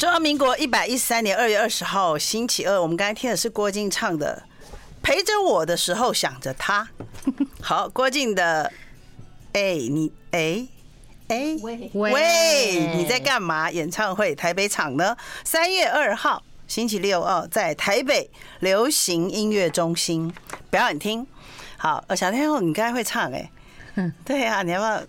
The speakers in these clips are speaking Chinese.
中华民国一百一十三年二月二十号星期二，我们刚才听的是郭靖唱的《陪着我的时候想着他》。 好，郭靖的，哎、你哎哎、喂喂，你在干嘛？演唱会台北场呢？三月二号星期六哦，在台北流行音乐中心表演厅。好，呃小天后，你刚才会唱哎、对呀、你要不要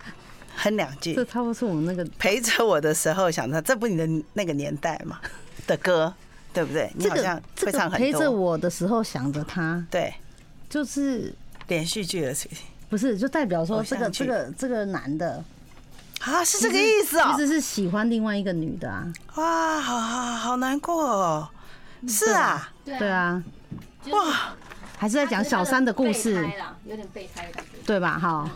哼两句？这差不多是我那个陪着我的时候，想着这不你的那个年代嘛的歌，对不对？你 这好像个这会个唱很多。陪着我的时候想着他，对就是连续剧的事情不是就代表偶说这像个剧这个这个男的啊，是这个意思哦其。实是喜欢另外一个女的啊，哇，好好好难过哦。是啊，对，啊，就是哇还是在讲小三的故事备，胎啦，有点备胎的感觉。对吧？哈，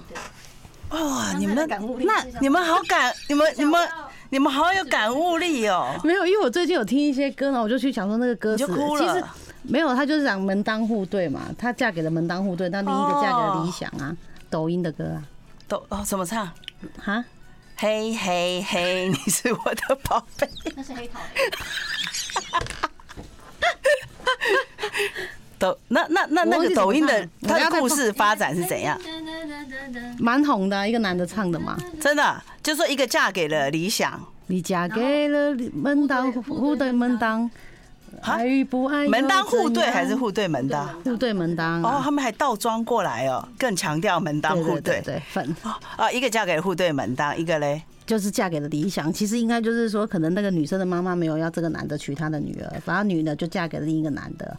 哇，刚你才们的感悟力那是什么你们好感， 你们你们你们好有感悟力哦。没有，因为我最近有听一些歌呢，我就去想说那个歌词，你就哭其了实没有，他就是讲门当户对嘛，她嫁给了门当户对，那另一个嫁给了理想哦啊，抖音的歌啊，都哦，怎么唱？哈，嘿嘿嘿，你是我的宝贝。 那是黑桃抖那那那那我忘个记抖音怎的么它唱我要的再故放事发展是怎样？蛮红的啊、一个男的唱的嘛，真的啊，就说一个嫁给了理想，你嫁给了门当户对门当，啊爱与不爱又门当户对怎样还是户对门当？户对啊门当哦，啊？他们还倒装过来哦，更强调门当户对对。对，粉哦啊，一个嫁给户对门当，一个嘞，就是嫁给了理想。其实应该就是说，可能那个女生的妈妈没有要这个男的娶她的女儿，然后女的就嫁给了另一个男的。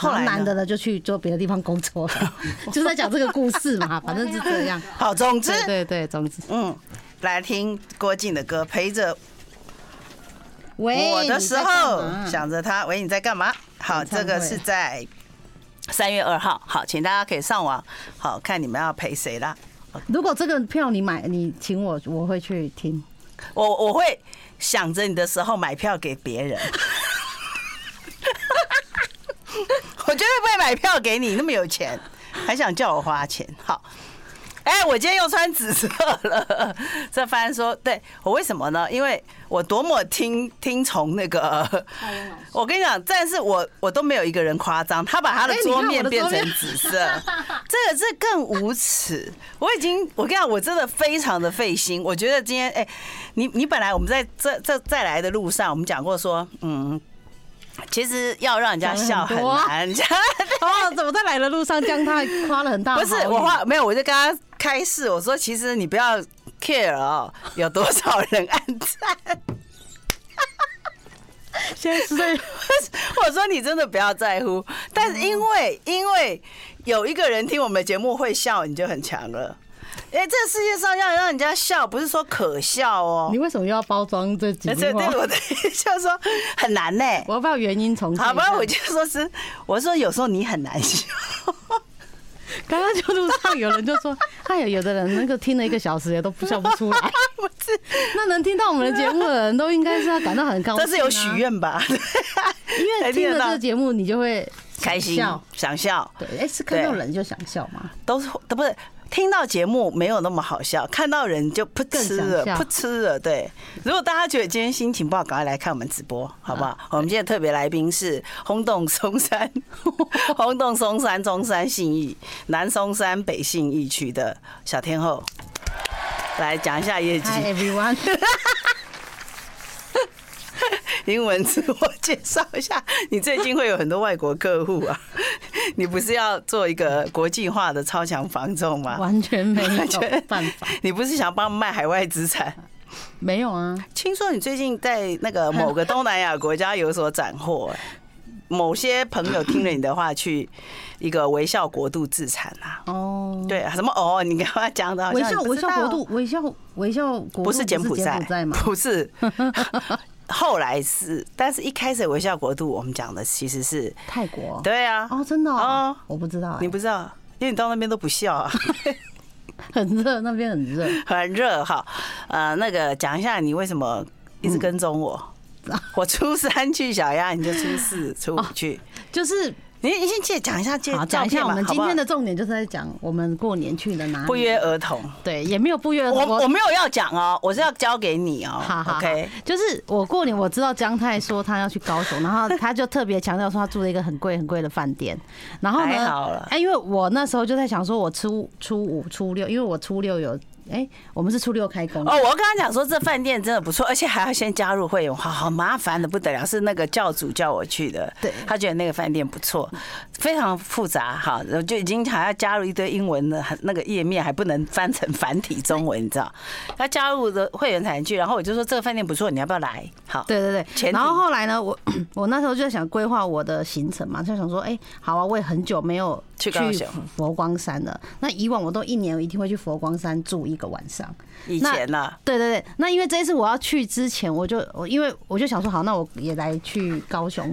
后来呢然男的呢就去做别的地方工 作了，就是在讲这个故事嘛，反正是这样。好，总之，对对对，总之，嗯，来听郭靖的歌，陪着喂我的时候，想着他，喂，你在干嘛？好，演唱这会个是在三月二号，好，请大家可以上网，好看你们要陪谁啦。如果这个票你买，你请我，我会去听。我我会想着你的时候买票给别人。 我绝对不会买票给你，那么有钱，还想叫我花钱。好，哎、我今天又穿紫色了。这番说，对我为什么呢？因为我多么听听从那个，我跟你讲，但是我我都没有一个人夸张，他把他的哎你看桌我的面桌变成面紫色，这个这更无耻。我已经，我跟你讲，我真的非常的费心。我觉得今天，哎、你你本来我们在这这再来的路上，我们讲过说，嗯。其实要让人家笑讲了很很多啊难， 哦，怎么在来的路上这样他还夸了很大的不啊好是语？我话没有，我就跟他开示，我说其实你不要 care 哦，有多少人按赞，现在是在我说你真的不要在乎，但是因为因为有一个人听我们的节目会笑，你就很强了。哎，这世界上要让人家笑，不是说可笑哦你。为什么又要包装这几哎句对对，话？我的就说很难呢、我要不要原因重新？好吧，我就说是，我说有时候你很难笑。刚刚就路上有人就 说，哎呀，有的人那个听了一个小时也都不笑不出来。不是，那能听到我们的节目的人都应该是要感到很高兴、啊，这是有许，愿吧？因为听了这个节目你就会开心想笑，想笑，对，哎、是看到人就想笑 嘛，都是都不是听到节目没有那么好笑，看到人就噗更嗤想了，笑噗嗤了。对，如果大家觉得今天心情不好，赶快来看我们直播，好不好？啊我们今天特别来宾是轰动松山，轰动松山、中山、信义、南松山、北信义区的小天后，来讲一下业绩。嗨 everyone，英文自我介绍一下，你最近会有很多外国客户啊，你不是要做一个国际化的超强防重吗？ 完 全没 完有全办法， 你不是想帮他们卖海外资 产？没有啊，听说你最近在那个某个东南亚国家有所斩获、哎某些朋友听了你的话，去一个微笑国度自产啊？哦，对啊，什么哦？你刚刚讲的好微像笑你不微知笑道国度，微笑微笑国度不是柬 不埔是柬 寨埔寨，嘛，不是后来是，但是一开始微笑国度，我们讲的其实是，泰国。 对啊，哦，真的哦哦，我不知道欸，你不知道，因为你到那边都不笑 啊， 很热，那边很热，很热哈。呃，那个讲一下你为什么一直跟踪我？嗯我初三去小鸭，你就初四、初五去。就是你你先借讲一下借哦好照讲一片下嘛我们好今不好天的重点，就是在讲我们过年去的哪里。不约儿童。对，也没有不约而我同。我没有要讲哦，我是要交给你哦。嗯好好好 OK，就是我过年我知道江太说他要去高雄，然后他就特别强调说他住了一个很贵很贵的饭店，然后还呢，好了。哎，因为我那时候就在想说，我初初五初六，因为我初六有，哎，我们是初六开工哦，，我要跟他讲说，这饭店真的不错，而且还要先加入会员，好好麻烦的不得了。是那个教主叫我去的，对他觉得那个饭店不错，非常复杂哈，然后就已经还要加入一堆英文的那个页面，还不能翻成繁体中文，你知道？他加入的会员才能去，然后我就说这个饭店不错，你要不要来？好，对对对，前提然后后来呢，我 我那时候就在想规划我的行程嘛，就想说，哎、好啊，我也很久没有去高雄佛光山了。那以往我都一年一定会去佛光山住一个晚上。以那前呢，对对对，那因为这一次我要去之前，我就我因为我就想说，好，那我也来去高雄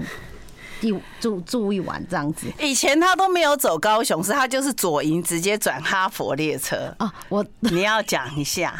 一住住一晚这样子。以前他都没有走高雄市，他就是左营直接转哈佛列车。 嗯啊，我你要讲一下，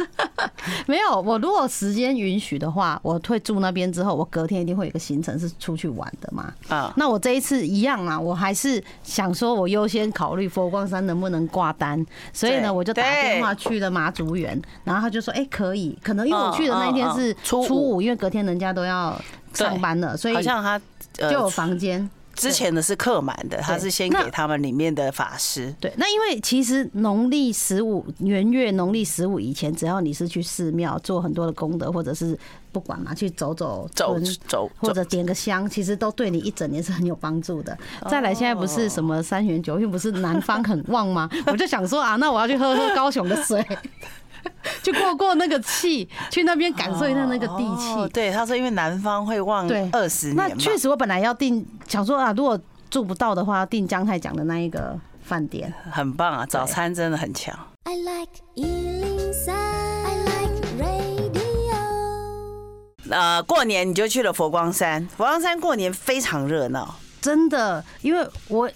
没有，我如果时间允许的话，我会住那边之后，我隔天一定会有一个行程是出去玩的嘛。嗯，那我这一次一样啊，我还是想说，我优先考虑佛光山能不能挂单，所以对呢，我就打对电话去了马祖园，然后他就说，哎、可以，可能因为我嗯去的那一天嗯是嗯初五五，因为隔天人家都要上班了，所以好像他呃就有房间。之前的是客满的，他是先那给他们里面的法师。对，那因为其实农历十五元月农历十五以前，只要你是去寺庙做很多的功德，或者是不管嘛，去走走走村走或走，者点个香，其实都对你一整年是很有帮助的。再来，现在不是什么三元九运，不是南方很旺吗？我就想说啊，那我要去喝喝高雄的水， 去过过那个气，去那边感受一下那个地气。哦对，他说因为南方会旺对二十年那嘛，确实，我本来要订，想说啊，如果住不到的话，订江太讲的那一个饭店。很棒啊，早餐真的很强。 I like Ealing Sound. I like radio. 呃，过年你就去了佛光山，佛光山过年非常热闹，真的，因为我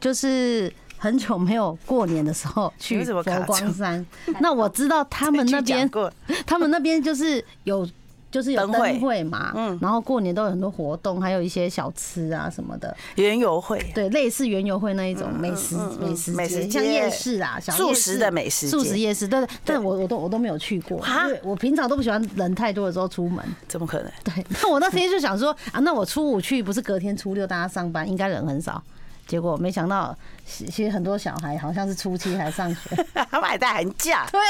就是很久没有过年的时候你去为什佛么卡住 光山，那我知道他们那边去讲过 他们那边就是有。就是有灯会灯会嘛，嗯然后过年都有很多活动，还有一些小吃啊什么的，园游会，对，类似园游会那一种美食嗯嗯美食美食街街像夜市啊，小夜市素食的美食街素食夜市，但但我我都我都没有去过，哈因为我平常都不喜欢人太多的时候出门，怎么可能？ 对，那我那天就想说啊，那我初五去，不是隔天初六大家上班，应该人很少。结果没想到，其其实很多小孩好像是初七还上学， 他买在寒假，对，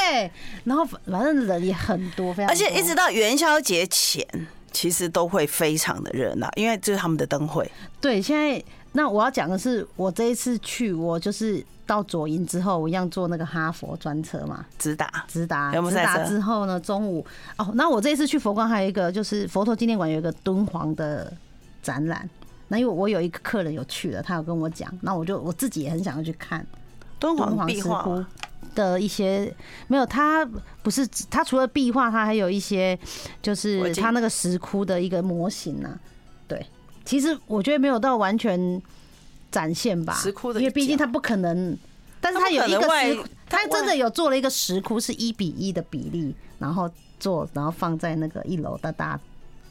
然后反反正人也很多，非常多而且一直到元宵节前，其实都会非常的热闹，因为这是他们的灯会。对。现在那我要讲的是，我这一次去，我就是到左营之后，我一样坐那个哈佛专车嘛，直达直达，啊有没有直赛车达之后呢，中午哦，那我这一次去佛光还有一个就是佛陀纪念馆有一个敦煌的展览，那因为我有一个客人有去了，他有跟我讲，那我就我自己也很想要去看敦敦煌煌壁石画窟的一些没有，他不是只他除了壁画，他还有一些就我已是经他那个石窟的一个模型啊，对，其实我觉得没有到完全展现吧，石窟的因为毕竟他不可能。但是他有一它不个可能石外他真外的有做了一个石窟，是一比一的比例，然后做，然后放在那个一楼的大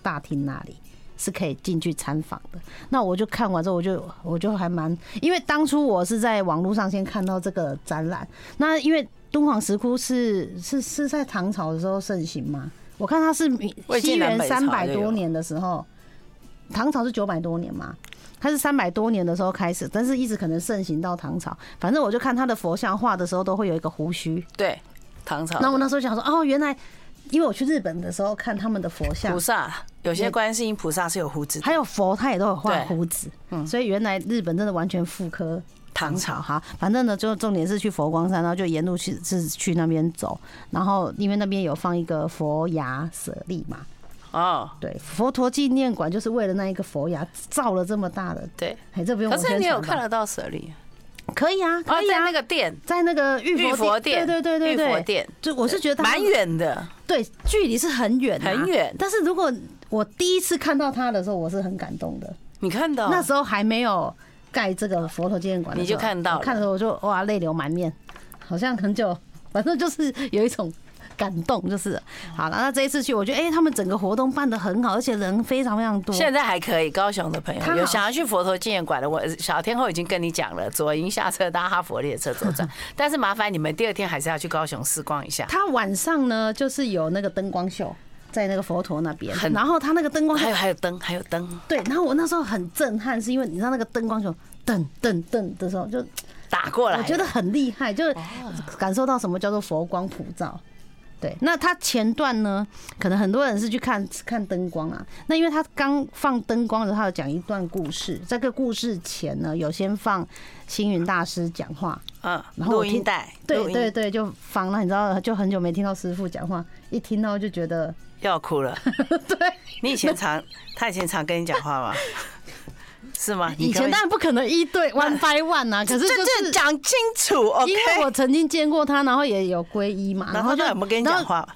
大厅那里，是可以进去参访的。那我就看完之后，我就我就还蛮，因为当初我是在网络上先看到这个展览，那因为敦煌石窟是是是在唐朝的时候盛行吗？我看它是明魏西晋南元北朝三百就有多年的时候，唐朝是九百多年嘛，它是三百多年的时候开始，但是一直可能盛行到唐朝。反正我就看他的佛像画的时候，都会有一个胡须。对，唐朝那我那时候想说，哦，原来因为我去日本的时候看他们的佛像菩，萨，有些观世音菩萨是有胡子的，还有佛，他也都有画对嗯胡子，所以原来日本真的完全复刻唐朝好，反正呢，就重点是去佛光山，然后就沿路去是去那边走，然后因为那边有放一个佛牙舍利嘛，哦，对，佛陀纪念馆就是为了那一个佛牙造了这么大的，对。哎，这不用我可是宣你有传吧。看得到舍利，可以啊，哦可，以在啊，那个店，在那个玉玉佛佛店，对对对对玉对，佛店就我是觉得它蛮，远的，对，距离是很远啊，很远但是如果我第一次看到他的时候，我是很感动的。你看到那时候还没有盖这个佛陀纪念馆的哦你时候，就看到了我看的时候我就哇泪流满面，好像很久，反正就是有一种。感动就是哦了好了，那这一次去，我觉得哎、他们整个活动办得很好，而且人非常非常多。现在还可以，高雄的朋友他好有想要去佛陀纪念馆的，我小天后已经跟你讲了，左营下车搭哈佛列车 左转，但是麻烦你们第二天还是要去高雄试逛一下，他晚上呢，就是有那个灯光秀在那个佛陀那边很，然后他那个灯光秀还有还有灯，还有灯对，然后我那时候很震撼，是因为你知道那个灯光球噔噔噔的时候，就打过来我了，哦觉得很厉害，就是感受到什么叫做佛光普照。对，那它前段呢，可能很多人是去看看灯光啊。那因为它刚放灯光的时候，它有讲一段故事。这个故事前呢，有先放星云大师讲话，嗯，然后录我听音带，录对音对，对，就放了。你知道，就很久没听到师傅讲话，一听到就觉得 又要哭了。对。你以前常他以前常跟你讲话 吗？是吗？你以前跟我当然不可能一对 one by one 啊，可是这就这是讲清楚，OK？因为我曾经见过他，然后也有皈依嘛，然后就他有没有跟你讲？话？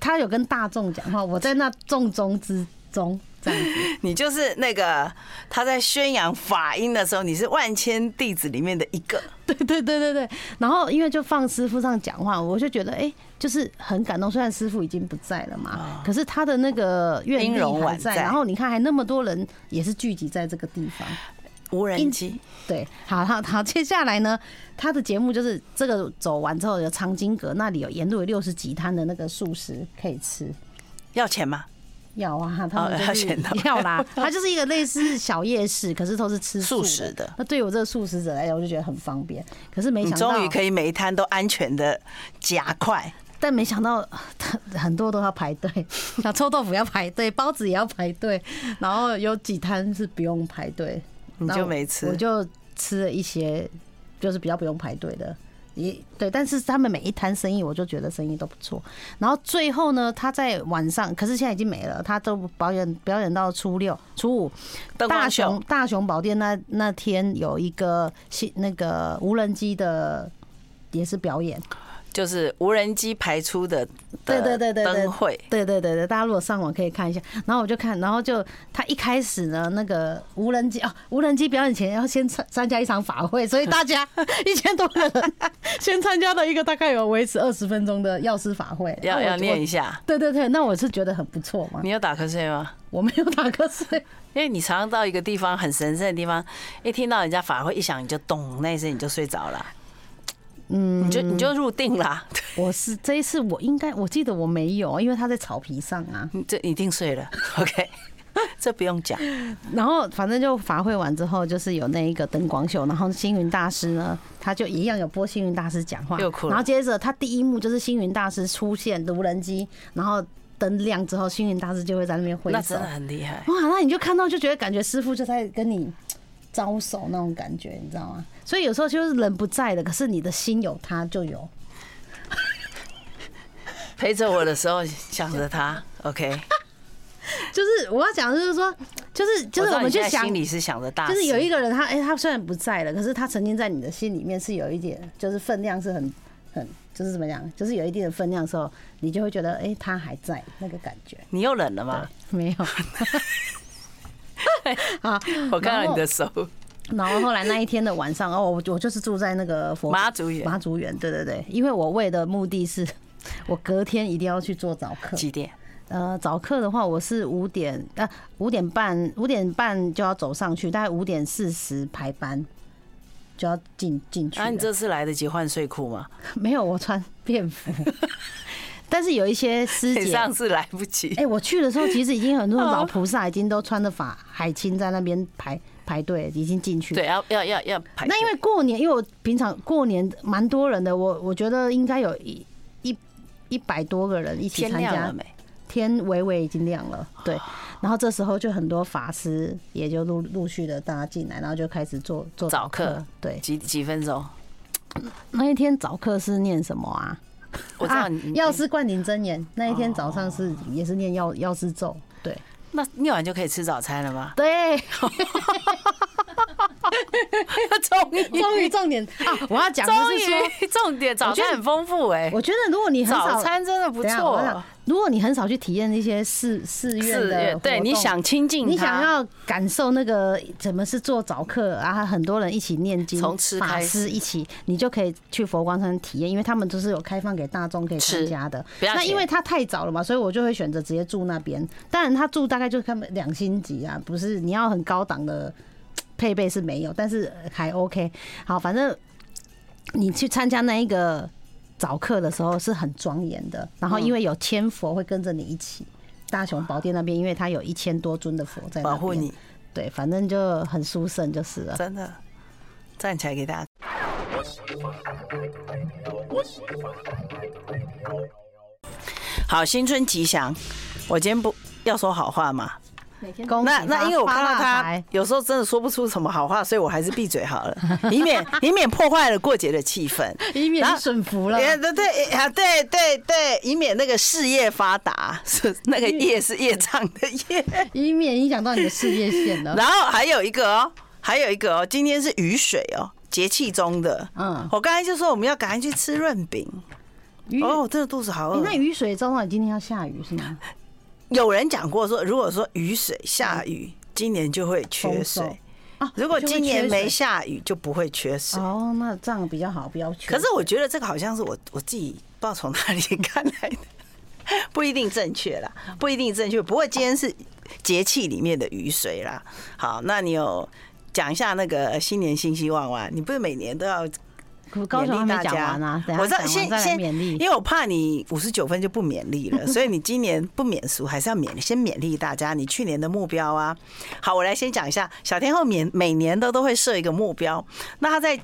他有跟大众讲话，我在那众中之中这样子。 你就是那个他在宣扬法音的时候，你是万千弟子里面的一个。对对对对对。然后因为就放师傅上讲话，我就觉得哎、就是很感动。虽然师傅已经不在了嘛，可是他的那个愿啊音力容还宛在在。然后你看，还那么多人也是聚集在这个地方。无人因机，对，好好好，接下来呢，他的节目就是这个走完之后有藏经阁，那里有沿路有六十几摊的那个素食可以吃。要钱吗？要啊，他们哦就要是选到 要啦，它就是一个类似小夜市，可是都是吃素食食的那对我这个素食者来讲，我就觉得很方便。可是没你想到，终于可以每一摊都安全的夹块，但没想到 很多都要排队， 像臭豆腐要排队，包子也要排队，然后有几摊是不用排队，你那就我没吃我。就吃了一些，就是比较不用排队的。也对，但是他们每一摊生意，我就觉得生意都不错。然后最后呢，他在晚上，可是现在已经没了，他都表演表演到初六、初五，灯大光秀雄大雄宝殿那那天有一个新那个无人机的也是表演，就是无人机排出的对对对对对灯会，对对对对，大家如果上网可以看一下。然后我就看，然后就他一开始呢，那个无人机哦，无人机表演前要先参参加一场法会，所以大 家一千多个人先参加了一个大概有维持二十分钟的药师法会，要那我要念一。我下。对对对，那我是觉得很不错嘛你，有打瞌睡吗？我没有打瞌睡。 因为你常常到一个地方很神圣的地方，一听到人家法会一响，你就咚那一声你就睡着了，嗯，你就你就入定啦，我是这一次我应该我记得我没有，因为他在草皮上啊。嗯你这一定睡了。OK，这 不用讲，然后反正就法会完之后，就是有那一个灯光秀，然后星云大师呢，他就一样有播星云大师讲话，又哭了然后接着他第一幕就是星云大师出现的无人机，然后灯亮之后，星云大师就会在那边挥那手，真的哇，很厉害。那你就看到就觉得感觉师傅就在跟你。招手那种感觉，你知道吗？所以有时候就是人不在的，可是你的心有他就有。陪着我的时候想着他，OK，就是我要讲，的就是说，就是 就是知道我们你去现在想心里是想着大师，就是有一个人他，哎、他虽然不在了，可是他曾经在你的心里面是有一点，就是分量是很很，就是怎么讲，就是有一定的分量的时候，你就会觉得，哎、他还在那个感觉。你又冷了吗？没有。 啊， 我看到你的手，然后后来那一天的晚上，哦，我我就是住在那个佛妈祖园妈祖园，对对对，因为我为的目的是，我隔天一定要去做早课，几点？呃，早课的话，我是五点呃五点半五点半就要走上去，大概五点四十排班就要进进去了。啊，你这次来得及换睡裤吗？没有我穿便 服，但是有一些师你姐， 上哎、次来不及，我去的时候其实已经很多老菩萨已经都穿着法海青在那边排排队，已经进去。对，要要要要排队。那因为过年，因为我平常过年蛮多人的，我我觉得应该有一一一百多个人一起天参亮加了。没？天微微已经亮了，对。然后这时候就很多法师也就陆陆续的大家进来，然后就开始做做早课嗯对，几几分钟？那一天早课是念什么啊？我知道啊你，哦药师灌顶真言。那一天早上是也是念药药师咒，对 那念完就可以吃早餐了吗？对。终于 终于重点啊，我要讲的终是说，于重点，早我觉餐得很丰富哎、我觉得如果你很早少，餐真的不等一下我想错。如果你很少去体验一些寺寺院是的，对，你。想亲近它你想要感受那个怎么是做早课啊？很多人一起念经，从吃法开始师一起，你就可以去佛光山体验，因为他们都是有开放给大众可以参加的。不要那钱因为它太早了嘛，所以我就会选择直接住那边。当然，他住大概就是他们两星级啊，不是你要很高档的配备是没有，但是还 OK。好，反正你去参加那一个早课的时候是很庄严的，然后因为有千佛会跟着你一起。大雄宝殿那边，因为它有一千多尊的佛在保那边护你，，对，反正就很殊胜就是了。真的站起来给大家。好，新春吉祥！我今天不要说好话嘛，每天 恭喜那发那因为我看到发大 他财有时候真的说不出什么好话，所以我还是闭嘴好 了，以免以免破坏了过节的气氛。以免然你后顺服了，也对对啊，对对对，以免那个事业发达，是 那个业是业障的业。以免影响到你的事业线了。然后还有一个哦，还有一个哦，今天是雨水哦，节气中的。嗯，我刚才就说我们要赶快去吃润饼雨，哦，我真的肚子好诶饿。那雨水中晚今天要下雨是 吗？有人讲过说，如果说雨水下雨，今年就会缺丰收水。啊如果今年没就会缺水下雨，就不会缺水。哦，那这样比较好，比较缺水。可是我觉得这个好像是我我自己不知道从哪里看来的， 不一定正确啦，不一定正确。不过今天是节气里面的雨水啦。好，那你有讲一下那个新年新希望哇？你不是每年都要可高勉雄还励没大讲家完啊，等一我知下道，讲先完再来先，勉励因。为我怕你五十九分就不勉励 了，所以你今年不免俗，还是要勉先勉励大家你去年的目标啊。好，我来先讲一下，小天后每每年都都会设一个目标，那他在。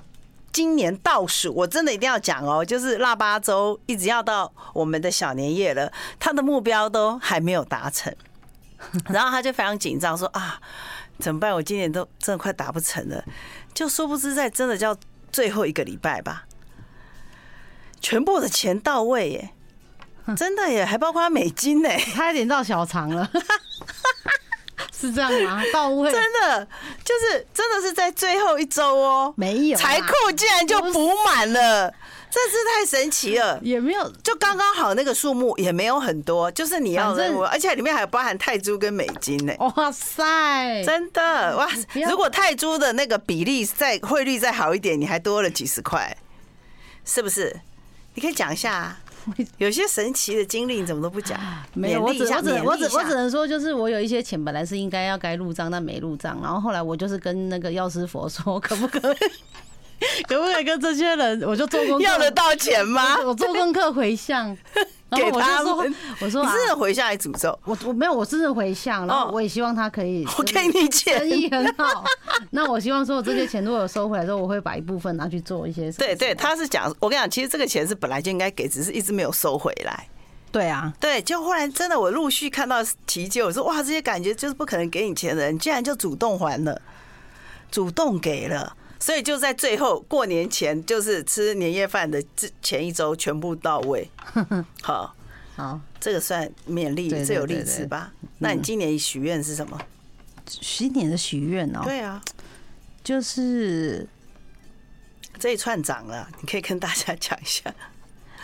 今年倒数，我真的一定要讲哦，就是腊八粥一直要到我们的小年夜了，他的目标都还没有达 成，然后他就非常紧张，说啊，怎么办？我今年都真的快达不成了，就殊不知在真的叫最后一个礼拜吧，全部的钱到位耶，真的耶，还包括他美金呢，差一点到小肠了， 是这样吗？到位真的就是真的是在最后一周哦，没有啦财库竟然就补满了，这是太神奇了。也没有，就刚刚好，那个数目也没有很多，就是你要反的正，而且里面还包含泰铢跟美金呢、哇塞，真的哇哎嗯不！要如果泰铢的那个比例再汇率再好一点，你还多了几十块，是不是？你可以讲一下、啊，有些神奇的经历你怎么都不讲？ 没有，勉我励只一下我只勉励我只一下我只能说，就是我有一些钱本来是应该要该入账，但没入账，然后后来我就是跟那个药师佛说， 可不可以，可不可以跟这些人，我就做功课，要得到钱吗？我做功课 回向，然后啊给我他就说们，我说你啊，真的回下来诅咒，我我没有，我真的回向，然哦后我也希望他可以，我给你钱生。意很好。那我希望说，我这些钱如果有收回来之后，我会把一部分拿去做一些什么对什对，么他是讲，我跟你讲，其实这个钱是本来就应该给，只是一直没有收回来。对啊，对，就忽然真的，我陆续看到奇迹，我说哇，这些感觉就是不可能给你钱的人，竟然就主动还了，主动给了，所以就在最后过年前，就是吃年夜饭的之前一周全部到 位。好，好，这个算勉励对，对这有对励对嗯志吧？那你今年许愿是什么？新年的许愿哦，对啊，就是这一串涨了，你可以跟大家讲一下。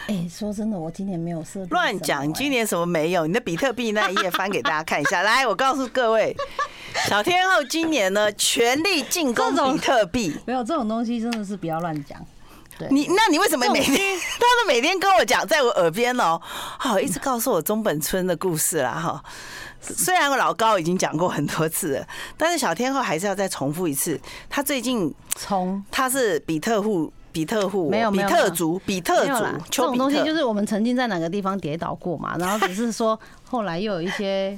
哎，说真的，我今年没有设定乱什讲，么哎你今年什么没有？你的比特币那一页翻给大家看一下。来，我告诉各位，小天后今年呢全力进攻比特 币。没有这种东西，真的是不要乱讲。对，你那你为什么每天 他都每天跟我讲，在我耳边哦，好一直告诉我中本村的故事啦哈。虽然我老高已经讲过很多次了，但是小天后还是要再重复一次。他最近冲他是比特户，比特户哦没有比没有特族，比特没有族啦，这丘种比东西特就是我们曾经在哪个地方跌倒过 嘛，然后只是说后来又有一些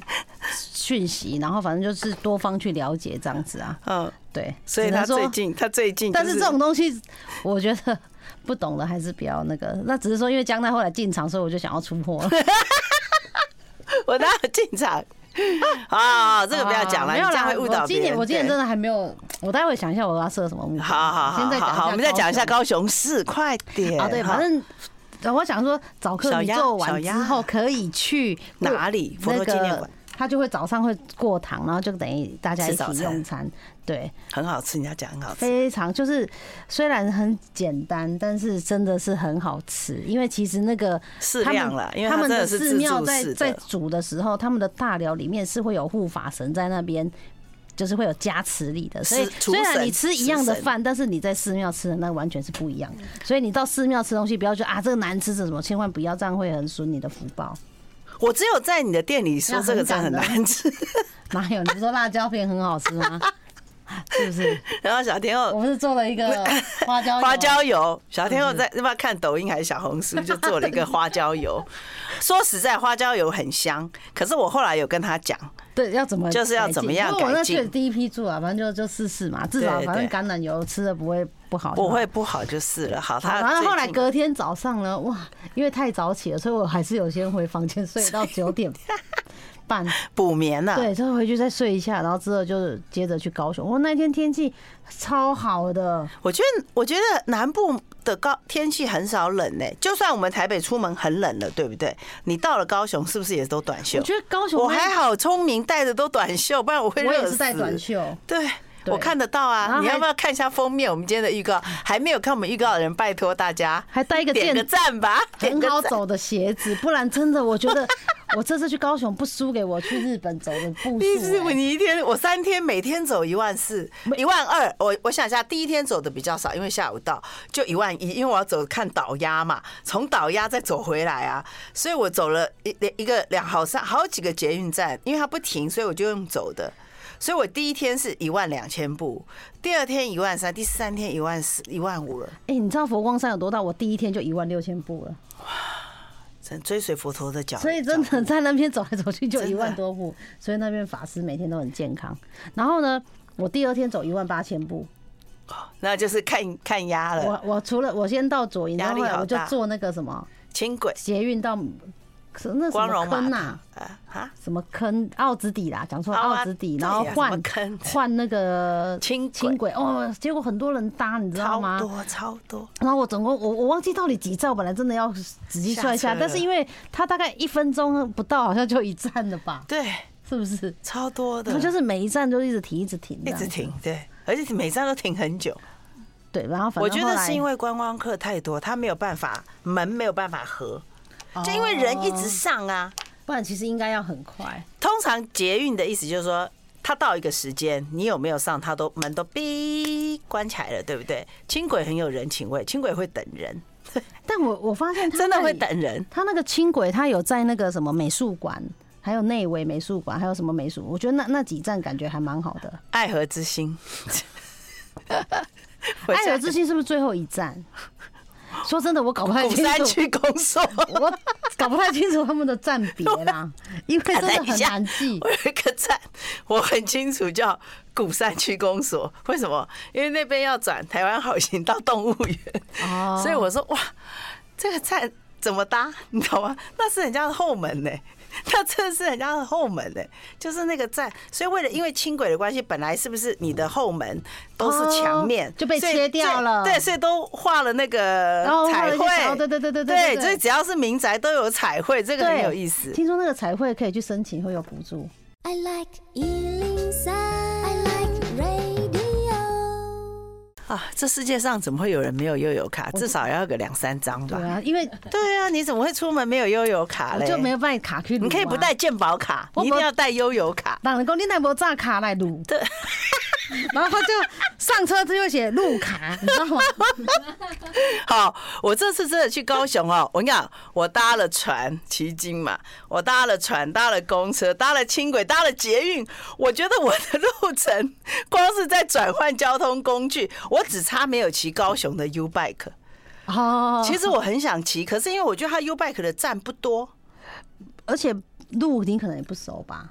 讯息，然后反正就是多方去了解这样子啊。嗯，对，所以只能他最说近他最近就，但是这种东西，我觉得不懂的还是比较那个。那只是说，因为江奈后来进场，所以我就想要出货了。 我哪有进场？啊， 这个不要讲了，啊你没有这样啦会误导我别今人。年我今年对真的还没有，我待会想一下我要设什么目标。好好好，先再讲好好我们再讲一下雄高雄市，快点啊，对，哈反正。呃我想说，早课小你鸭做小完之鸭后可以去哪里佛那陀纪念个馆他就会早上会过堂，然后就等于大家一吃早起餐用餐，对，很好吃，人家讲很好吃。非常就是虽然很简单，但是真的是很好吃，因为其实那个适他们量了，因为他它们真的的是寺自庙助在式在的，煮的时候，他们的大寮里面是会有护法神在那边。就是会有加持力的，所以是厨虽然神你吃一样的食神饭，但是你在寺庙吃的那完全是不一样的。所以你到寺庙吃东西，不要觉得啊这个难吃，这什么，千万不要这样会很损你的福报。我只有在你的店里说要这个很真的很赶的难吃， 哪有？你不说辣椒片很好吃吗？是不是？然后小天我后。不是做了一个花椒油 花椒油，小天后嗯在那么看抖音还是小红书，就做了一 个花椒油。说实在，花椒油很香，可是我后来有跟他讲，对，要怎么就是要怎么样改进因为我那改进去的第一批做啊，反正就就试试嘛，至少对反正对橄榄油吃的不会不好。不会。不好就是了。好，他然后后来最近隔天早上呢，哇，因为太早起了，所以我还是有先回房间睡到 九点半，补眠了，对，之后回去再睡一下，然后之后就是接着去高雄。我那天天气超好的，我觉得，我觉得南部的高天气很少冷呢、就算我们台北出门很冷了，对不对？你到了高雄是不是也都短袖我？觉得高雄我那还，好聪明，带的都短袖，不然我会我热也死是。带短袖。对。对我看得到然后啊！你还要不要看一下封面？我们今天的预告还没有看我们预告的人，拜托大家还带一个点健个赞吧，点很个好赞。走的鞋子，不然真的，我觉得我这次去高雄不输给我去日本走的步你是数、欸。你一天我三天每天走一万四一万二，我我想一下，第一天走的比较少，因为下午到就一万一，因为我要走看倒鸭嘛，从倒鸭再走回来啊，所以我走了一一个两好三好几个捷运站，因为它不停，所以我就用走的。所以我第一天是一万两千步，第二天一万三，第三天一万四、一万五了。哎、你知道佛光山有多大？我第一天就一万六千步了，真追随佛陀的脚，所以真的在那边走来走去 就真的一万多步，所以那边法师每天都很健康。然后呢，我第二天走一万八千步，那就是看看鸭了，我我除了我先到左营，然压后力后好来我就大坐那个什么轻轨捷运到可那什光么荣坑码啊，头啊啊，什么坑奥子底啦，讲错了哦啊奥子底，对然后呀什换么坑换那个轻轨轻轨哦，结果很多人搭，你知道超吗？多超多。然后我总共我我忘记到底几站，我本来真的要仔细算一下下，车了但是因为它大概一分钟不到，好像就一站了吧，对，是不是？超多然的，后就是每一站就一直停，一直停，嗯一直。停，对，而且每站都停很久。对，然后反正我觉得后来是因为观光客太多，他没有办法门没有办法合，哦就因为人一直上啊。不然其实应该要很快。通常捷运的意思就是说，他到一个时间，你有没有上，他都门都哔关起来了，对不对？轻轨很有人情味，轻轨会等人， 但我我发现它真的那会里等人。他那个轻轨，他有在那个什么美术馆，还有内围美术馆，还有什么美术，我觉得那那几站感觉还蛮好的。爱河之心， 爱河之心是不是最后一站？说真的， 我搞不太 古清山楚，区公所。我搞不太清楚他们的站别 啦，啊因为真的很难记我。有一个站，我很清楚叫鼓山区公所，为什么？因为那边要转台湾好行到动物园，哦，所以我说哇，这个站怎么搭？你懂吗？那是人家的后门呢、那真的是人家的后门呢、就是那个站。所以为了因为轻轨的关系，本来是不是你的后门都是墙面、哦就被所以切掉了对，所以都画了那个然后画彩了一些墙绘。对对对对对，对所以只要是民宅都有彩绘，这个很有意思。听说那个彩绘可以去申请，会有补助。 I like Ealing Sound. I like radio. 啊，这世界上怎么会有人没有悠游卡？至少要有个两三张对吧。啊，因为对啊，你怎么会出门没有悠游卡我嘞？就没有办法卡去、啊你可以不带。健保卡，我你一定要带悠游卡。当然，讲你那无炸卡来录， 对，然后他就上车就会写路卡，你知道吗？ 好，我这次真的去高雄哦，我跟你讲，我搭了船骑经嘛，我搭了船，搭了公车，搭了轻轨，搭了捷运，我觉得我的路程光是在转换交通工具，我只差没有骑高雄的 U Bike。哦，其实我很想骑，可是因为我觉得它 U Bike 的站不多。而且路你可能也不熟吧。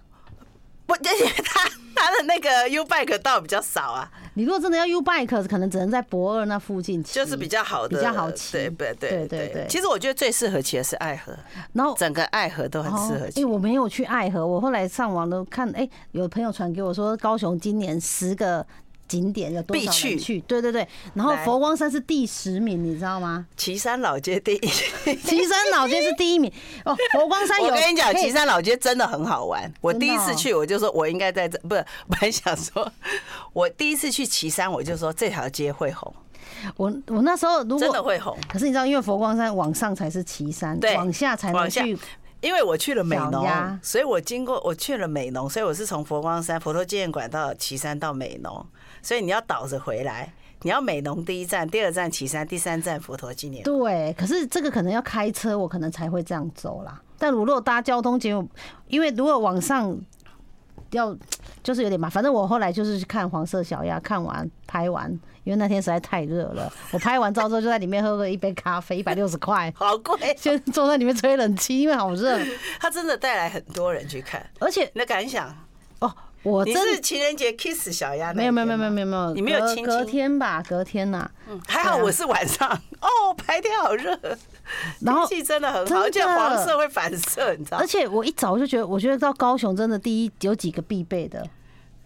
不，因为他他的那个 U bike 道比较少啊，你如果真的要 U bike，可能只能在博二那附近骑，就是比较好的，比较好骑。对对对对对对对。其实我觉得最适合骑的是爱河，然后整个爱河都很适合哦骑欸。我没有去爱河，我后来上网都看，哎、有朋友传给我说，高雄今年十个景点有多少人必去去？对对对。然后来佛光山是第十名，你知 道吗？岐山老街第 一。岐山老街是第一名哦，佛光山有。我跟你讲，可以岐山老街真的很好玩。我真的第一次哦去，我就说我应该在这， 不是，本来想说，我第一次去岐山，我就说这条街会红，我我那时候如果真的会红，可是你知道，因为佛光山往上才是岐山，对往下才能往下去。因为我去了美小浓鸭，所以我经过我去了美浓，所以我是从佛光山佛陀纪念馆到岐山到美浓，所以你要倒着回来，你要美浓第一站，第二站岐山，第三站佛陀纪念馆。对，可是这个可能要开车，我可能才会这样走啦。但如果搭交通节目，因为如果往上要就是有点麻烦。反正我后来就是去看黄色小鸭，看完拍完，因为那天实在太热了，我拍完照之后就在里面喝了一杯咖啡，一百六十块，好贵， 就坐在里面吹冷气，因为好热。它真的带来很多人去看。而且你的感想？哦，我你真是情人节 kiss 小鸭那一没有没有没有天没吗你有没有没有，没有隔亲嗯隔亲天吧，隔天呐、还好对啊我是晚上 哦，白天好热，然后天气真的很真好，的而且黄色会反射，你知道而？且我一早就觉得，我觉得到高雄真的第一有几个必备的，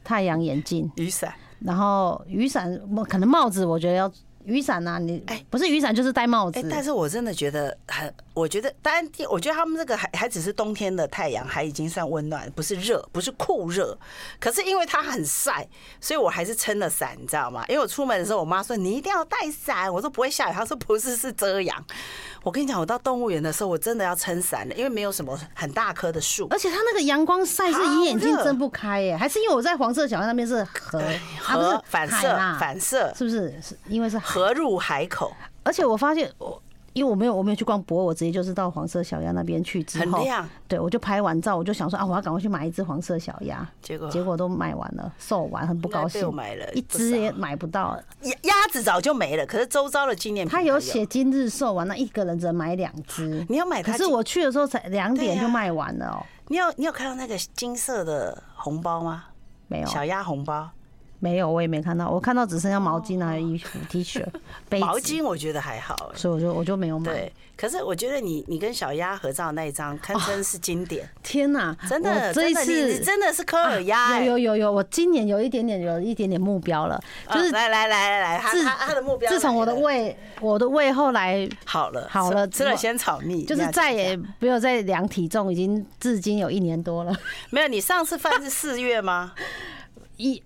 太阳眼镜，雨伞，然后雨伞，我可能帽子，我觉得要雨伞呐、你哎不是雨伞就是戴帽哎、子，但是我真的觉得很，我觉得当然，我觉得他们这个还还只是冬天的太阳，还已经算温暖，不是热，不是酷热。可是因为它很晒，所以我还是撑了伞，你知道吗？因为我出门的时候，我妈说你一定要带伞，我说不会下雨，她说不是，是遮阳。我跟你讲，我到动物园的时候，我真的要撑伞了，因为没有什么很大棵的树。而且它那个阳光晒是好你眼睛热哎睁不开耶，还是因为我在黄色小巷那边是河，啊不是河反海射啦，反射是不是？是因为是河，河入海口，而且我发现我。因为我没有我没有去逛博，我直接就是到黄色小鸭那边去之很后，亮对我就拍完照，我就想说啊，我要赶快去买一只黄色小鸭，结果结果都卖完了，售完，很不高应该被兴我。买了一不只少嗯也买不到，鸭鸭子早就没了，可是周遭的纪念品他还有写今日售完，那一个人只能买两只。你要买它可是我去的时候才两点啊就卖完了哦、你有你有看到那个金色的红包吗？没有，小鸭红包，没有，我也没看到，我看到只剩下毛巾还有衣服、T 恤、 杯子哦毛，巾我觉得还好、欸。所以我就我就没有买。对，可是我觉得你你跟小鸭合照那一张堪称是经典，天哪，真的，啊我这一真的你你次啊真的是科尔鸭、欸有有有有，我今年有一点点有一点点目标了，就啊是来来来来来，他自他他的目标来了，自从我的胃我的胃后来好了好了吃吃了仙草蜜，就是你要再讲一下也没有再量体重，已经至今有一年多了，没有。你上次饭是四月吗？一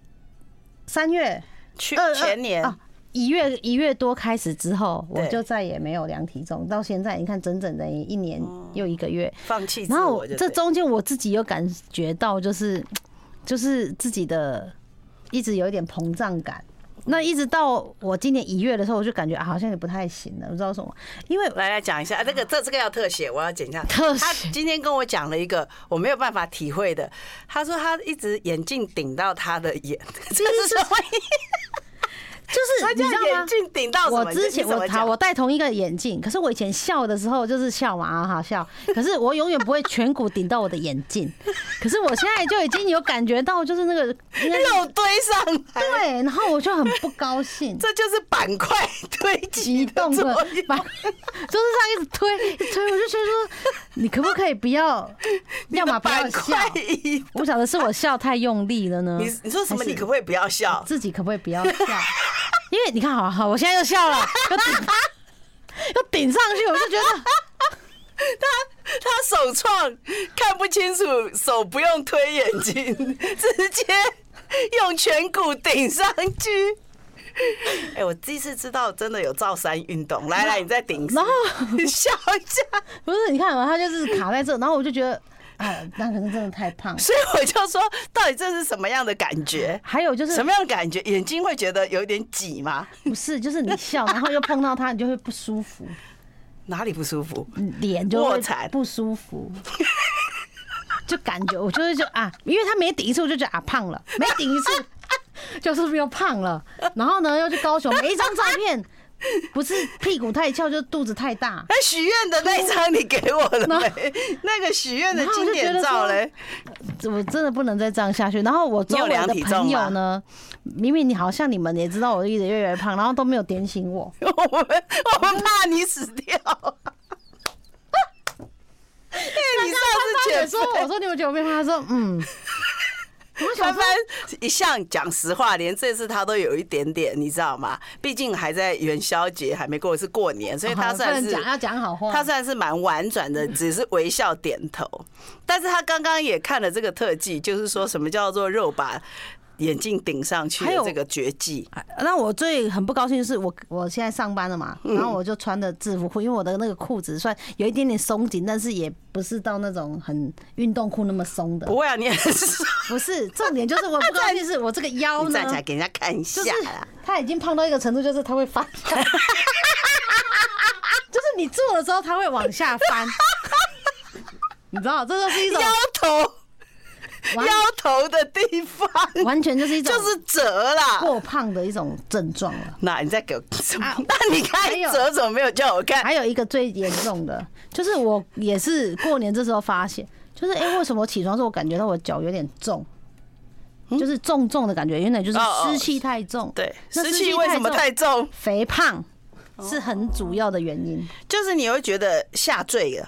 三月去二前年啊，一月一月多开始之后，我对就再也没有量体重，到现在你看整整的一年又一个月。放弃自然后哦我我就这对中间我自己有感觉到，就是就是自己的一直有一点膨胀感。嗯那一直到我今年一月的时候，我就感觉啊，好像也不太行了，不知道为什么，因为来来讲一下，啊这个这这个要特写，我要剪一下。特写他今天跟我讲了一个我没有办法体会的，他说他一直眼镜顶到他的眼， 这是什么意思？就是他你叫知道吗眼？镜顶到什么？我之前你怎我么好，讲我戴同一个眼镜，可是我以前笑的时候就是笑嘛，啊好笑。可是我永远不会颧骨顶到我的眼镜，可是我现在就已经有感觉到，就是那个应该是肉堆上来，，对，然后我就很不高兴这就是板块堆积激的动作的用。 把桌子上一直推一直推，我就觉得说，你可不可以不要， 要么不要板笑块。移，我想的是我笑太用力了呢，你你说什么？还是你可不可以不要笑？自己可不可以不要笑？ 因为你看，好好，我现在又笑了，又顶 又顶上去，我就觉得。他手创看不清楚，手不用推眼睛， 直接用颧骨顶上去。 哎、我第一次知道真的有造山运动。来来，你再顶一次，然后 笑一下。不是，你看嘛，他就是卡在这，然后我就 觉得，哎，那可能真的太胖。所以我就说，到底这是什么样的感觉？还有就是什么样的感觉？眼睛会觉得有点挤吗？不是，就是你 笑，然后又碰到他，你就会不舒服，哪里不舒服？脸就卧会蚕不舒服，就感觉我就是就啊，因为他每顶一次我就觉得啊胖了，每顶一次 就是不是又胖了，然后呢又去高雄，每一张照片不是屁股太翘就是肚子太大，那许愿的那一张你给我了没？ 那个许愿的然后我经就觉典得照说嘞？我真的不能再这样下去。然后我周围你有量的体重朋吗友呢，明明你好像你们也知道我一直越来越胖，然后都没有点醒我。 我们我们怕你死掉。因为你上次姐减说肥， 我说你们觉得我变胖，他说嗯，我想翻说翻一向讲实话，连这次他都有一点点，你知道吗？毕竟还在元宵节，还没过是过年，所以他好不算能是讲，要讲好话。他算是蛮婉转的，啊 只是微笑点头。但是他刚刚也看了这个特技，就是说什么叫做肉把眼镜顶上去还的有这个绝技。哎那我最很不高兴的是嗯我，我现在上班了嘛，然后我就穿的制服裤，因为我的那个裤子算有一点点松紧，但是也不是到那种很运动裤那么松的不。会啊，你也是不是，重点就是我不高兴是我这个腰你呢站，起来给人家看一下就是啦。它已经胖到一个程度，就是它 会翻下来，就是你坐的时候它会往下翻，你知道，这就是一种腰头完腰头的地方， 完全就是一种就是折啦。过胖的一种症状了。那你再给我什么啊？那你看还有折怎么没有叫我看？还有一个最严重的，就是我也是过年这时候发现，就是哎、诶为什么我起床的时候我感觉到我脚有点重，就是重重的感觉，原来就是嗯哦哦湿气太重。对，那湿气为什么太哦重？肥胖是很主要的原因。就是你会觉得下坠了，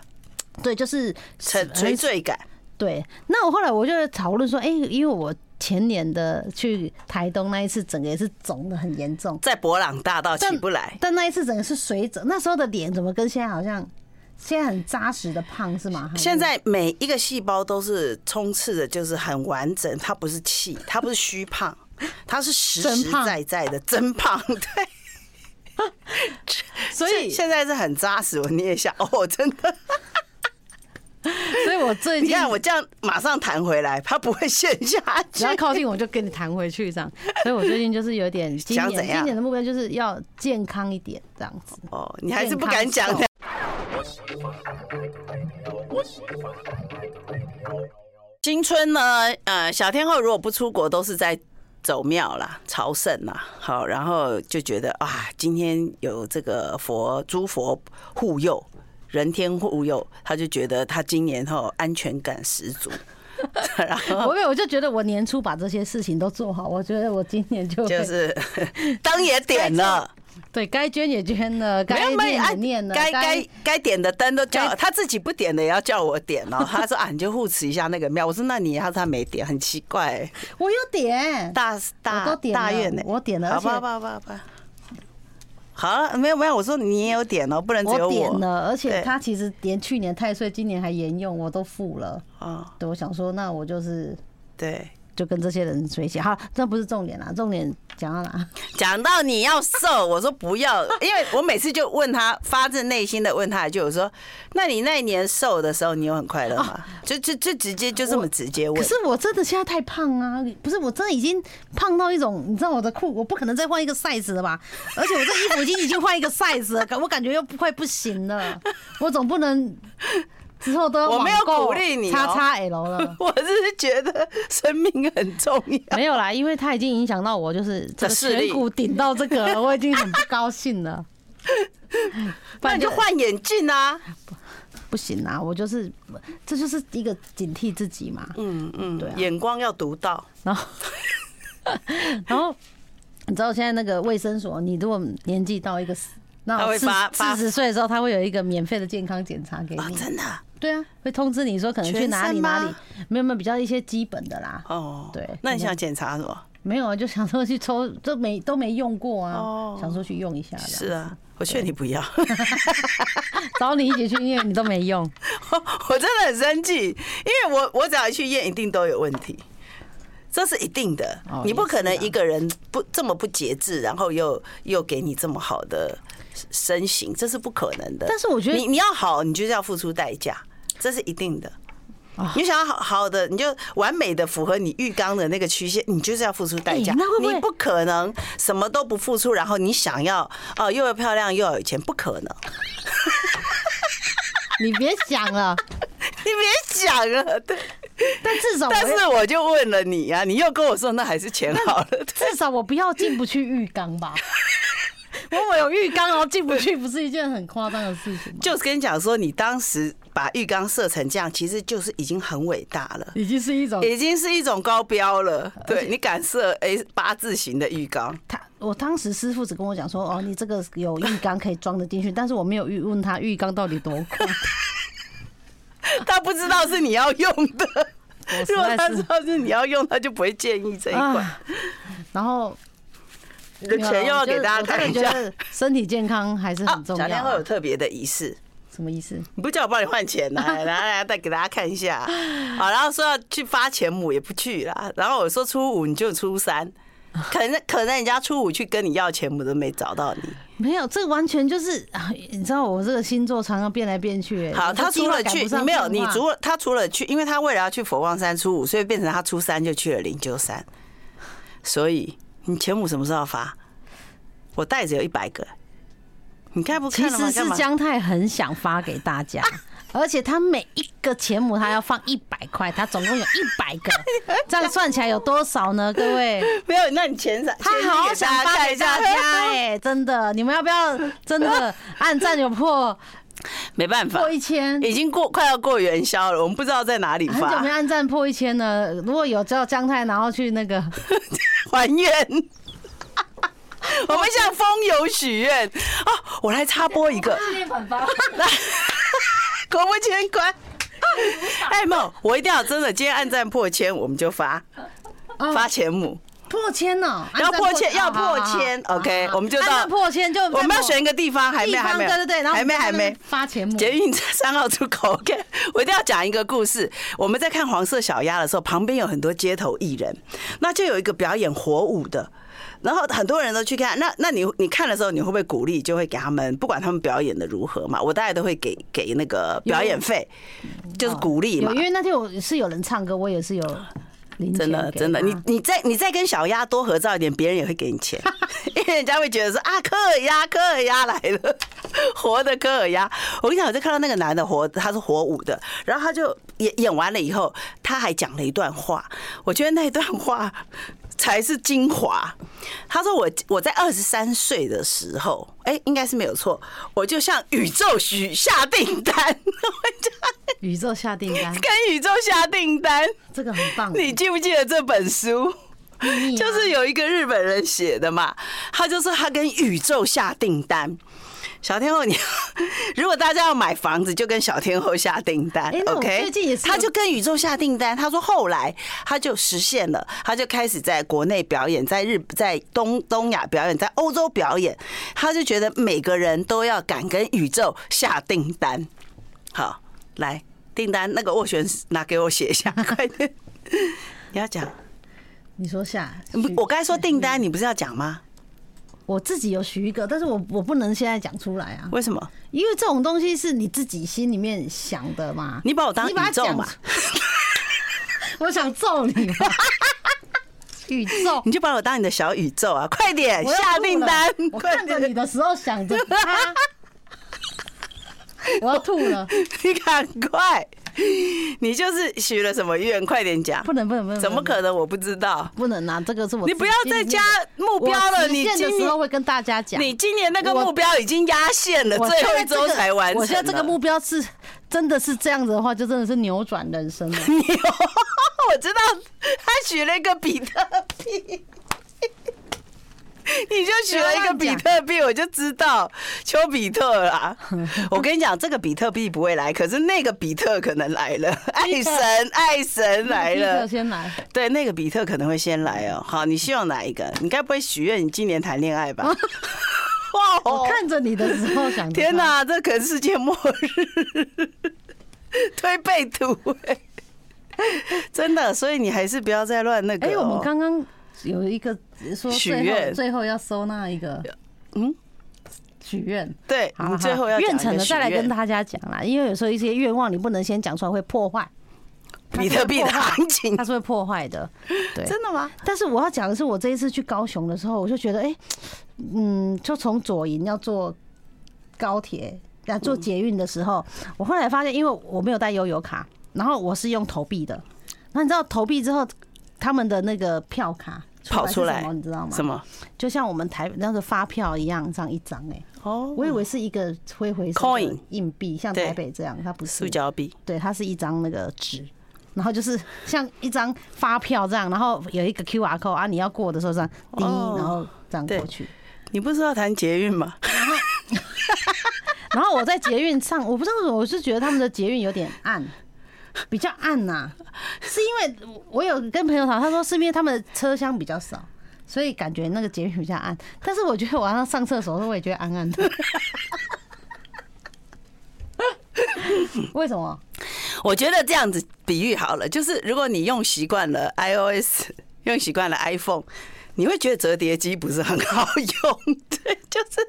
对，就是垂垂坠感。哎对。那我后来我就讨论说，哎、因为我前年的去台东那一次，整个也是肿的很严重，在博朗大道起不来，但那一次整个是水肿，那时候的脸怎么跟现在好像？现在很扎实的胖是吗？ 现在每一个细胞都是充斥着，就是很完整，它不是气，它不是虚 胖，它是实实真胖在在的真胖。 对，所现现在是很扎实，我捏一下，哦，真 的，所以我最你近 看我这样马上弹回来，它不会陷下只去要。靠近我就跟你弹回去 这样，所以我最近就是有点今想年怎样今年的目标就是要健康一点这样子。哦，你还是不敢讲的健。新春呢，呃，小天后如果不出国，都是在走庙啦、朝圣啦，好，然后就觉得啊，今天有这个佛诸佛护佑，人天护佑，他就觉得他今年后安全感十足， 然后我我就觉得我年初把这些事情都做好，我觉得我今年就会就是 灯也点了。对该捐也捐了，该念也念了，该该哎该该点的灯都叫该他自己不点的也要叫我点哦。他说啊，你就护持一下那个庙。我说那你他说他没点，很奇怪、我有点大我大都点了大院呢、我点了好而且吧好吧好吧好吧。好了，没有没有，我说你也有点哦，不能只有我点我。了，而且对他其实连去年太岁，今年还沿用，我都付了。哦，对，我想说，那我就是对，就跟这些人在一起。好，这不是重点啦，重点讲到哪？讲到你要瘦，我说不要，因为我每次就问他，发自内心的问他一句，我说：“那你那一年瘦的时候，你有很快乐吗？”就就就直接就这么直接问。可是哦我真的现在太胖啊！不是，我真的已经胖到一种，你知道我的裤，我不可能再换一个 size 了吧？而且我这衣服已经已经换一个 size 了， 我感觉又快不行了。我总不能之后都要我没有网购鼓励你哦叉叉 L 了。我只是觉得生命很重要。没有啦，因为它已经影响到我，就是这的个视力颧骨顶到这个了， 我已经很不高兴 了。不那然你就换眼镜啊！不行啊！我就是，这就是一个警惕自己嘛。嗯对啊嗯，眼光要独到。然后， 然后你知道现在那个卫生所，你如果年纪到一个死，那他会发发四十岁的时候，他会有一个免费的健康检查给啊，你。真的啊对啊，会通知你说可能去全哪里身吗哪里，没有没有比较一些基本的啦。哦，对那你可能想检查什么？没有啊， 就想说去抽，都没都没用过啊哦，想说去用一下的。是啊，我劝你不 要， 找你一起去，因为你都没 用。我真的很生气，因为我我只要一去验，一定都有问题。这是一定的哦，你不可能也是啊一个人不这么不节制，然后又又给你这么好的身形，这是不可能的。但是我觉得你你要好，你就是要付出代价，这是一定的啊。你想要好好的，你就完美的符合你浴缸的那个曲线，你就是要付出代价。哎那会不会你不可能什么都不付出，然后你想要哦、又要漂亮又要有钱，不可能。 你别想了，你别讲了，对。但至少我但是我就问了你啊，你又跟我说那还是钱好了， 对至少我不要进不去浴缸 吧。我我有浴缸，然后进不去，不是一件很夸张的事情吗？就是跟你讲说，你当时把浴缸设成这样，其实就是已经很伟大了。已经是一种已经是一种高标了，对你敢设 A 八字形的浴 缸，他，我当时师傅只跟我讲说，哦，你这个有浴缸可以装得进去，但是我没有问他浴缸到底多宽。他不知道是你要用的，我实如果在他是知道是你要用，他就不会建议这一款。啊，然后啊你的钱又要给大家看一，没有下我。真的我真的觉得身体健康还是很重小天要后有啊。特别的仪式，什么意思？你不叫我帮你换 钱呐、来来来，再给大家看一下。好，然后说要去发钱母也不去啦，然后我说初五你就初三，可能可能人家初五去跟你要钱母都没找 到你。没有，这完全就是啊！你知道我这个星座常常变来变去、欸。好，我的他计除划了赶去，不上你没有，变你化除了他除了去，因为他为了要去佛光山初五，所以变成他初三就去了灵鹫山。所以你前五什么时候要发？我袋子有一百个，你该不其看了吗？实是干嘛姜太很想发给大家，而且他每一个钱母他要放一百块，他总共有一百个， 这样算起来有多少呢？各位， 没有，那你前三他前三好给想大家发看给一下大家哎、真的，你们要不要真的按赞有破 没办法破，一千？ 已经过快要过元宵了，我们不知道在哪里很久没发按赞破一千了，如果有叫姜太，然后去那个 还愿。 我们向风友许愿哦，我来插播一个，练反发，国不千 关。哎，没有，我一定要真的，今天按赞破千，我们就发哦发钱母。破千哦，要按赞破千要好好破好千好 OK，好我们就啊按到赞嗯破千就我们要选一个个地方，还没，还没有，对对对，然后还没，我们还在那边没。发钱母，捷运站三号出口，OK，我一定要讲一个故事。我们在看黄色小鸭的时候，旁边有很多街头艺人，那就有一个表演火舞的。然后很多人都去看，那那你你看的时候，你会不会鼓励？就会给他们，不管他们表演的如何嘛，我大概都会给给那个表演费，就是鼓励嘛哦有，因。为那天我是有人唱歌，我也是有零真的钱给真的，他你你再你再跟小鸭多合照一点，别人也会给你 钱，因为人家会觉得说啊，科尔鸭科尔鸭来了，活的科尔鸭。我跟你讲，我就看到那个男的活，他是火舞的，然后他就演演完了以后，他还讲了一段话，我觉得那一段话才是精华。他说我我在二十三岁的时候，哎、应该是没有错，我就向宇宙许下订单， 我就宇宙下 订单，跟宇宙下订单。这个很棒。你记不记得这本书？你就是有一个日本人写的嘛，他就说他跟宇宙下订单。小天后，你 如果大家要买房子，就跟小天后下订单、诶哎那我 o k 最近也是有他就跟宇宙下订单。他说后来他就实现了，他就开始在国内表演，在日在东东亚表演，在欧洲表演。他就觉得每个人都要敢跟宇宙下订单。好，来订单那个斡旋拿给我写一下， 快点，你要讲。你说下，不许我刚才说订嗯单，你不是要讲吗？我自己有许一个，但是我我不能现在讲出来啊，为什么？因为这种东西是你自己心里面想的嘛。你把我当你把它宇宙啊讲嘛， 我想揍你 吧，宇宙你。就把我当你的小宇宙啊！快点我要下吐订了单，我快看着点！你的时候想着他，我要吐了， 你赶快！你就是许了什么愿？快点讲！不能不能不能，怎么可能？我不知道。不能啊？这个是我你不要再加目目标了，你的今时候年会跟大家讲，你今年那个我目标已经压线了，我最后一现在这周个才完成了。我现在这个目标是真的是这样子的话，就真的是扭转人生了。我知道他许了一个比特币，你就许了一个比特币，我就知道丘比特 啦。我跟你讲，这个比特币不会来，可是那个比特可能来 了，爱神爱神 来立了刻。先来，对，那个比特可能会先来哦。好，你希望哪一个？你该不会许愿你今年谈恋爱吧？ 哇 我看着你的时候想着他，哦天哪，这可是世界末日，推背图、欸，真的，所以你还是不要再乱那个、哎、哦。我们刚刚有一个说许最后愿最后要收纳一个，嗯，许愿。对好你啦最好后要啦讲愿一个成了，许再来跟愿大家讲啦，因为有时候一些愿望你不能先讲出来，会破坏比特币的行 情它，是会破 坏的。对，真的吗？但是我要讲的是，我这一次去高雄的时候，我就觉得，哎、嗯，就从左营要坐高铁，要坐捷运的时候，我后来发现，因为我没有带悠游卡，然后我是用投币的，那你知道投币之后，他们的那个票卡跑出出来来是什么，你知道吗？什么？就像我们台那个发票一样，这样一张哎、哦，我以为是一个挥回 Coin 硬币，像对台北这样，它不塑是，胶币，对，它是一张那个纸，然后就是 像一张发票这样，然后有一个 Q R code 啊，你要过的时候这样滴，哦然后这样对过去。你不是要谈捷运吗？ 然后我在捷运上，我不知道为什么，我是觉得他们的捷运有点暗，比较暗呐、是因为我有跟朋友讨论，他说是因为他们的车厢比较少，所以感觉那个捷运比较暗。但是我觉得晚上上厕所的时候，我也觉得暗暗的。 为什么？我觉得这样子比喻好了，就是如果你用习惯了 iOS，用习惯了 iPhone，你会觉得折叠机不是很好用， 对，就是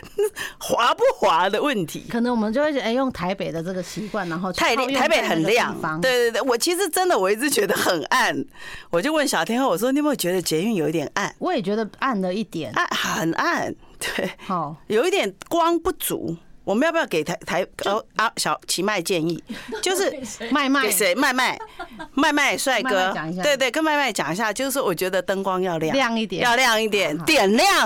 滑不滑的问题。可能我们就会觉得，哎、用台北的这个习惯，然后去太套用台北在那很个亮地方，对对对，我其实真的我一直觉得很暗，我就问小天后，我说你有没有觉得捷运有一点暗？我也觉得暗了一点。暗，很暗， 对，好，有一点光不足。我们要不要给台台呃啊小奇麦建 议？就是麦麦给谁？麦麦，麦麦帅麦哥麦讲一，下对对，跟麦麦讲一下，就是我觉得灯光要亮，亮一点要亮一点好，好点亮，